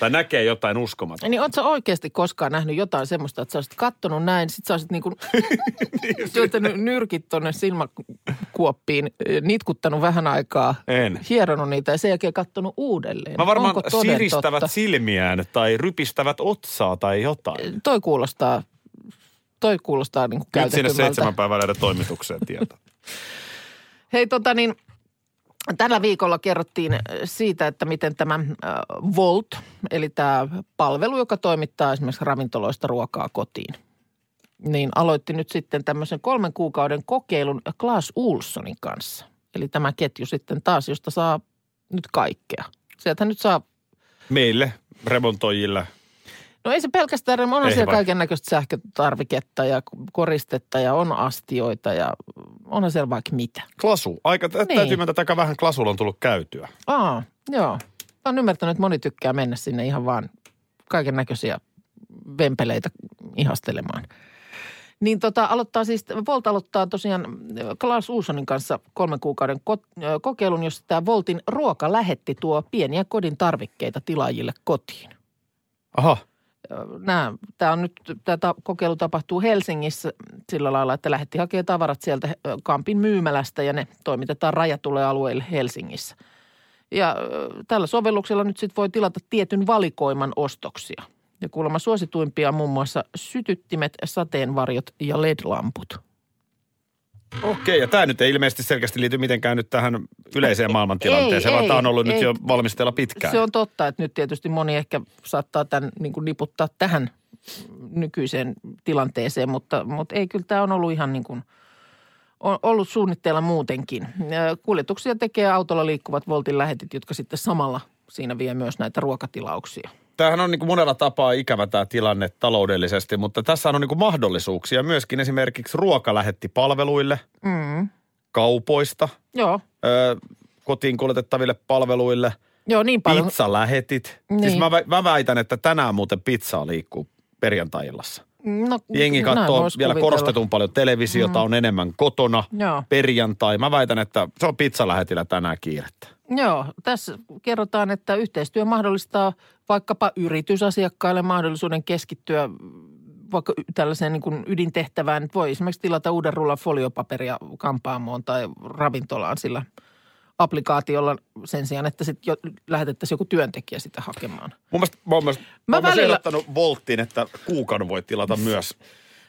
[SPEAKER 3] tai näkee jotain uskomatonta.
[SPEAKER 2] Niin ootko oikeasti koskaan nähnyt jotain semmoista, että sä olisit kattonut näin, sit sä olisit niinku
[SPEAKER 3] Niin,
[SPEAKER 2] työtänyt nyrkit tonne silmäkuoppiin, nitkuttanut vähän aikaa,
[SPEAKER 3] En.
[SPEAKER 2] hieronut niitä ja sen jälkeen kattonut uudelleen.
[SPEAKER 3] Mä varmaan
[SPEAKER 2] Onko toden
[SPEAKER 3] siristävät
[SPEAKER 2] totta?
[SPEAKER 3] silmiään tai rypistävät otsaa tai jotain.
[SPEAKER 2] Toi kuulostaa, toi kuulostaa niinku
[SPEAKER 3] Nyt sinne
[SPEAKER 2] käytetymmältä.
[SPEAKER 3] seitsemän päivän näiden toimitukseen tieto.
[SPEAKER 2] Hei tota niin, tällä viikolla kerrottiin äh, siitä, että miten tämä äh, Volt, eli tämä palvelu, joka toimittaa esimerkiksi ravintoloista ruokaa kotiin, niin aloitti nyt sitten tämmöisen kolmen kuukauden kokeilun Klaas Ulssonin kanssa. Eli tämä ketju sitten taas, josta saa nyt kaikkea. Sieltä nyt saa,
[SPEAKER 3] Meille, remontoijille.
[SPEAKER 2] no ei se pelkästään, remo- onhan
[SPEAKER 3] Ei
[SPEAKER 2] siellä
[SPEAKER 3] vai.
[SPEAKER 2] kaiken näköistä sähkötarviketta ja koristetta ja on astioita ja onhan siellä vaikka mitä.
[SPEAKER 3] Klasu. Aika, niin. täytyy myöntää, että aika vähän klasulla on tullut käytyä.
[SPEAKER 2] Aa, joo. Olen ymmärtänyt, että moni tykkää mennä sinne ihan vaan kaiken näköisiä vempeleitä ihastelemaan. Niin tota, aloittaa siis, Volt aloittaa tosiaan ö, Klaas Uusonin kanssa kolmen kuukauden ko- ö, kokeilun, jossa tämä Voltin ruoka lähetti tuo pieniä kodin tarvikkeita tilaajille kotiin.
[SPEAKER 3] Aha.
[SPEAKER 2] Nämä, tämä on nyt, tämä ta- kokeilu tapahtuu Helsingissä sillä lailla, että lähetti hakee tavarat sieltä ö, Kampin myymälästä ja ne toimitetaan rajatulealueille Helsingissä. Ja ö, tällä sovelluksella nyt sitten voi tilata tietyn valikoiman ostoksia. Ja kuulemma suosituimpia on muun muassa sytyttimet, sateenvarjot ja LED-lamput.
[SPEAKER 3] Okei, okay, ja tämä nyt ei ilmeisesti selkeästi liity mitenkään nyt tähän yleiseen maailmantilanteeseen,
[SPEAKER 2] ei,
[SPEAKER 3] vaan tämä on ollut
[SPEAKER 2] ei.
[SPEAKER 3] nyt jo valmistella pitkään.
[SPEAKER 2] Se on totta, että nyt tietysti moni ehkä saattaa tämän niin kuin niputtaa tähän nykyiseen tilanteeseen, mutta, mutta ei kyllä tämä on ollut ihan niin kuin, on ollut suunnitteilla muutenkin. Ö, Kuljetuksia tekee autolla liikkuvat Voltin lähetit, jotka sitten samalla siinä vie myös näitä ruokatilauksia.
[SPEAKER 3] Tämähän on niin kuin monella tapaa ikävä tämä tilanne taloudellisesti, mutta tässä on niin kuin mahdollisuuksia myöskin esimerkiksi ruokalähettipalveluille,
[SPEAKER 2] Mm.
[SPEAKER 3] kaupoista,
[SPEAKER 2] Joo,
[SPEAKER 3] ö, kotiin kuljetettaville palveluille,
[SPEAKER 2] joo niin paljon.
[SPEAKER 3] pizzalähetit. Niin. Siis
[SPEAKER 2] Niin.
[SPEAKER 3] mä, vä- mä väitän, että tänään muuten pizzaa liikkuu perjantai-illassa.
[SPEAKER 2] No,
[SPEAKER 3] Jengi
[SPEAKER 2] näin
[SPEAKER 3] katsoo
[SPEAKER 2] voisi
[SPEAKER 3] vielä
[SPEAKER 2] kuvitella. Mm.
[SPEAKER 3] korostetun paljon televisiota, on enemmän kotona.
[SPEAKER 2] Joo.
[SPEAKER 3] Perjantai. Mä väitän, että se on pizzalähetillä tänään kiirettä.
[SPEAKER 2] Joo, tässä kerrotaan, että yhteistyö mahdollistaa vaikkapa yritysasiakkaille mahdollisuuden keskittyä vaikka y- tällaiseen niin kuin ydintehtävään. Että Voi esimerkiksi tilata uuden rullan foliopaperia kampaamoon tai ravintolaan sillä applikaatiolla sen sijaan, että sitten jo lähetettäisiin joku työntekijä sitä hakemaan.
[SPEAKER 3] Mun mielestä, mä oon myös, mä oon myös
[SPEAKER 2] välillä-
[SPEAKER 3] ehdottanut Volttiin, että kuukan voi tilata myös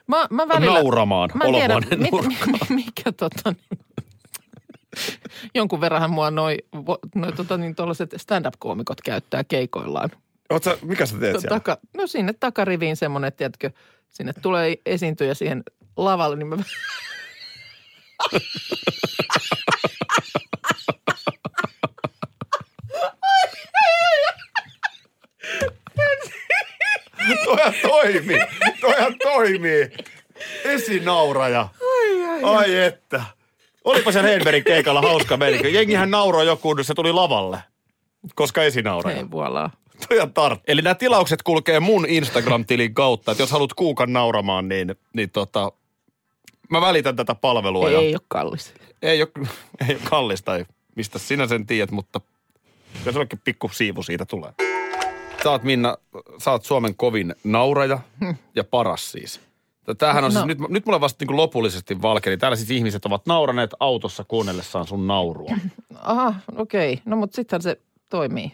[SPEAKER 2] Mä, mä välillä...
[SPEAKER 3] nauramaan
[SPEAKER 2] Mä en tiedä,
[SPEAKER 3] olohuoneen
[SPEAKER 2] mit-
[SPEAKER 3] nurkkaan.
[SPEAKER 2] mikä tota... niin- Jonkun verranhan mua noi, vo- noi tota niin, tuollaiset stand-up-koomikot käyttää keikoillaan.
[SPEAKER 3] Oletko, sä- mikä sä teet
[SPEAKER 2] To-
[SPEAKER 3] siellä?
[SPEAKER 2] taka, no sinne takariviin semmoinen, tiedätkö, sinne tulee esiintyjä siihen lavalle, niin mä...
[SPEAKER 3] Toihan toimii. Toihan toimii. Esinauraja. Ai, ai, ai että. Olipa sen Heinbergin keikalla hauska meininki. Jengihän nauroi joku, kun se tuli lavalle. Koska esinauraja.
[SPEAKER 2] Ei vuolaa.
[SPEAKER 3] Toi on tart. Eli nämä tilaukset kulkee mun Instagram-tilin kautta. Että jos haluat kuukan nauramaan, niin, niin tota, mä välitän tätä palvelua.
[SPEAKER 2] Ei
[SPEAKER 3] ja,
[SPEAKER 2] ole kallis.
[SPEAKER 3] ei, ole, ei ole kallista, ei, mistä sinä sen tiedät, mutta kyllä sullekin pikku siivu siitä tulee. Sä oot Minna, sä oot Suomen kovin nauraja ja paras siis. Tämähän on no. siis,
[SPEAKER 2] No.
[SPEAKER 3] nyt, nyt mulle vasta niin lopullisesti valkeni. Täällä siis ihmiset ovat nauraneet autossa kuunnellessaan sun naurua.
[SPEAKER 2] Aha, okei. Okay. No mutta sittenhän se toimii.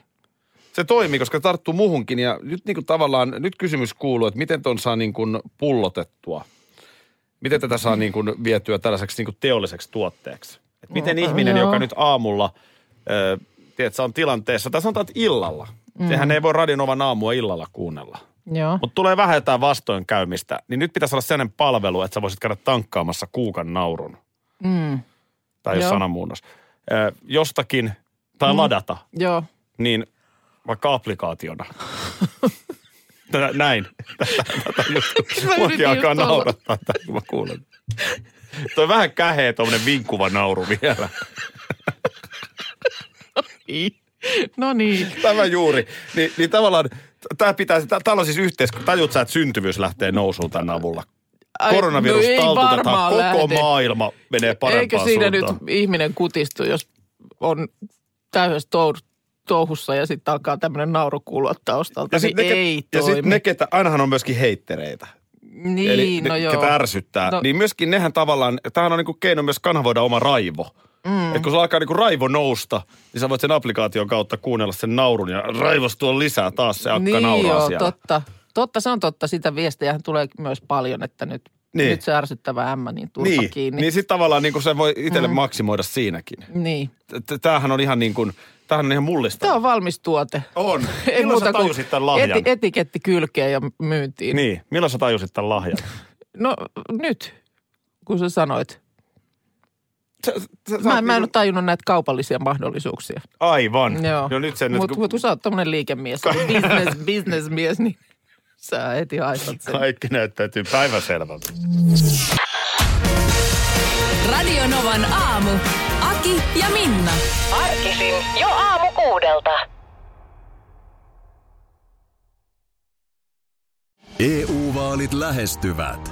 [SPEAKER 3] Se toimii, koska tarttuu muhunkin ja nyt niin kuin tavallaan, nyt kysymys kuuluu, että miten ton saa niin kuin pullotettua? Miten tätä saa niin kuin vietyä tällaiseksi niin kuin teolliseksi tuotteeksi? Et miten ihminen,
[SPEAKER 2] joo.
[SPEAKER 3] joka nyt aamulla, ö, tiedätkö, on tilanteessa, tai sanotaan, että illalla. Mm. Sehän ei voi Radionovan aamua illalla kuunnella.
[SPEAKER 2] Joo.
[SPEAKER 3] Mutta tulee vähän jotain vastoinkäymistä, niin nyt pitäisi olla sellainen palvelu, että sä voisit käydä tankkaamassa kuukan naurun.
[SPEAKER 2] Mm.
[SPEAKER 3] Tai jos
[SPEAKER 2] Joo.
[SPEAKER 3] sanamuunnos. Ö, jostakin, tai mm. ladata
[SPEAKER 2] Joo.
[SPEAKER 3] niin vaikka applikaationa. Tätä, näin. Tätä, tätä just,
[SPEAKER 2] Mä yritin
[SPEAKER 3] muakin alkaa
[SPEAKER 2] just olla.
[SPEAKER 3] naurattaa, tää, kun mä kuulen. Toi vähän kähee tommonen vinkuva nauru vielä.
[SPEAKER 2] No niin.
[SPEAKER 3] Tämä juuri. Ni, niin tavallaan, tää pitää, tää, täällä on siis yhteiskunta, tajut sä, että syntyvyys lähtee nousuun tämän avulla.
[SPEAKER 2] Ai,
[SPEAKER 3] Koronavirus
[SPEAKER 2] no ei
[SPEAKER 3] taltutetaan,
[SPEAKER 2] varmaan
[SPEAKER 3] koko
[SPEAKER 2] lähde.
[SPEAKER 3] maailma menee parempaan
[SPEAKER 2] Eikö siinä
[SPEAKER 3] suuntaan.
[SPEAKER 2] nyt ihminen kutistu, jos on täydessä tou- touhussa ja sitten alkaa tämmöinen nauru kuulua taustalta,
[SPEAKER 3] Ja
[SPEAKER 2] niin
[SPEAKER 3] sitten ne,
[SPEAKER 2] ei
[SPEAKER 3] ke- ja
[SPEAKER 2] toimi.
[SPEAKER 3] sit ne, ketä, ainahan on myöskin heittereitä.
[SPEAKER 2] niin,
[SPEAKER 3] Eli
[SPEAKER 2] no
[SPEAKER 3] ne,
[SPEAKER 2] joo.
[SPEAKER 3] ketä ärsyttää.
[SPEAKER 2] No.
[SPEAKER 3] No. Niin myöskin nehän tavallaan, tämähän on niinku keino myös kanavoida oma raivo. Mm. Et kun sulla alkaa niinku raivo nousta, niin sä voit sen applikaation kautta kuunnella sen naurun ja raivostua lisää taas se akka
[SPEAKER 2] niin
[SPEAKER 3] nauraa
[SPEAKER 2] joo,
[SPEAKER 3] siellä.
[SPEAKER 2] totta. Totta, se on totta. Sitä viestejä tulee myös paljon, että nyt, niin.
[SPEAKER 3] Niin.
[SPEAKER 2] nyt se ärsyttävä ämmä, niin turpa
[SPEAKER 3] niin,
[SPEAKER 2] kiinni.
[SPEAKER 3] niin sitten tavallaan niinku sen voi itselle mm. maksimoida siinäkin.
[SPEAKER 2] niin.
[SPEAKER 3] T- Tämähän on ihan niin kuin, tämähän on ihan mullistava.
[SPEAKER 2] Tämä on valmis tuote.
[SPEAKER 3] On.
[SPEAKER 2] Ei
[SPEAKER 3] Milloin sä
[SPEAKER 2] muuta kuin
[SPEAKER 3] tajusit tämän lahjan?
[SPEAKER 2] eti- etiketti kylkeen ja myyntiin.
[SPEAKER 3] Niin, milloin sä tajusit tämän lahjan?
[SPEAKER 2] No nyt, kun sä sanoit.
[SPEAKER 3] Sä, sä, sä
[SPEAKER 2] Mä,
[SPEAKER 3] oot
[SPEAKER 2] mä en ole
[SPEAKER 3] niinku-
[SPEAKER 2] tajunut näitä kaupallisia mahdollisuuksia.
[SPEAKER 3] Aivan.
[SPEAKER 2] Joo.
[SPEAKER 3] No nyt sen... nyt
[SPEAKER 2] Mutta
[SPEAKER 3] kun-
[SPEAKER 2] mut, kun sä oot tommonen liikemies, business, businessmies, niin sä heti haistat sen.
[SPEAKER 3] Kaikki näyttäytyy päiväselvältä.
[SPEAKER 6] Radio Novan aamu. Aki ja Minna.
[SPEAKER 7] Arkisin jo aamu kuudelta.
[SPEAKER 4] EU-vaalit E lähestyvät.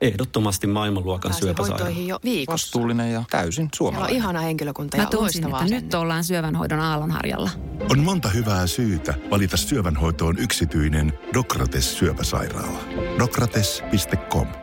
[SPEAKER 5] Ehdottomasti maailmanluokan syöpäsairaala.
[SPEAKER 6] jo viikossa.
[SPEAKER 11] Vastuullinen ja täysin
[SPEAKER 6] Siellä on
[SPEAKER 11] suomalainen.
[SPEAKER 6] ihana henkilökunta
[SPEAKER 1] Mä
[SPEAKER 6] ja
[SPEAKER 1] tunsin,
[SPEAKER 6] loistavaa
[SPEAKER 1] että nyt
[SPEAKER 6] asennetta.
[SPEAKER 1] ollaan syövänhoidon aallonharjalla.
[SPEAKER 8] On monta hyvää syytä valita syövänhoitoon yksityinen Dokrates syöpäsairaala. Dokrates.com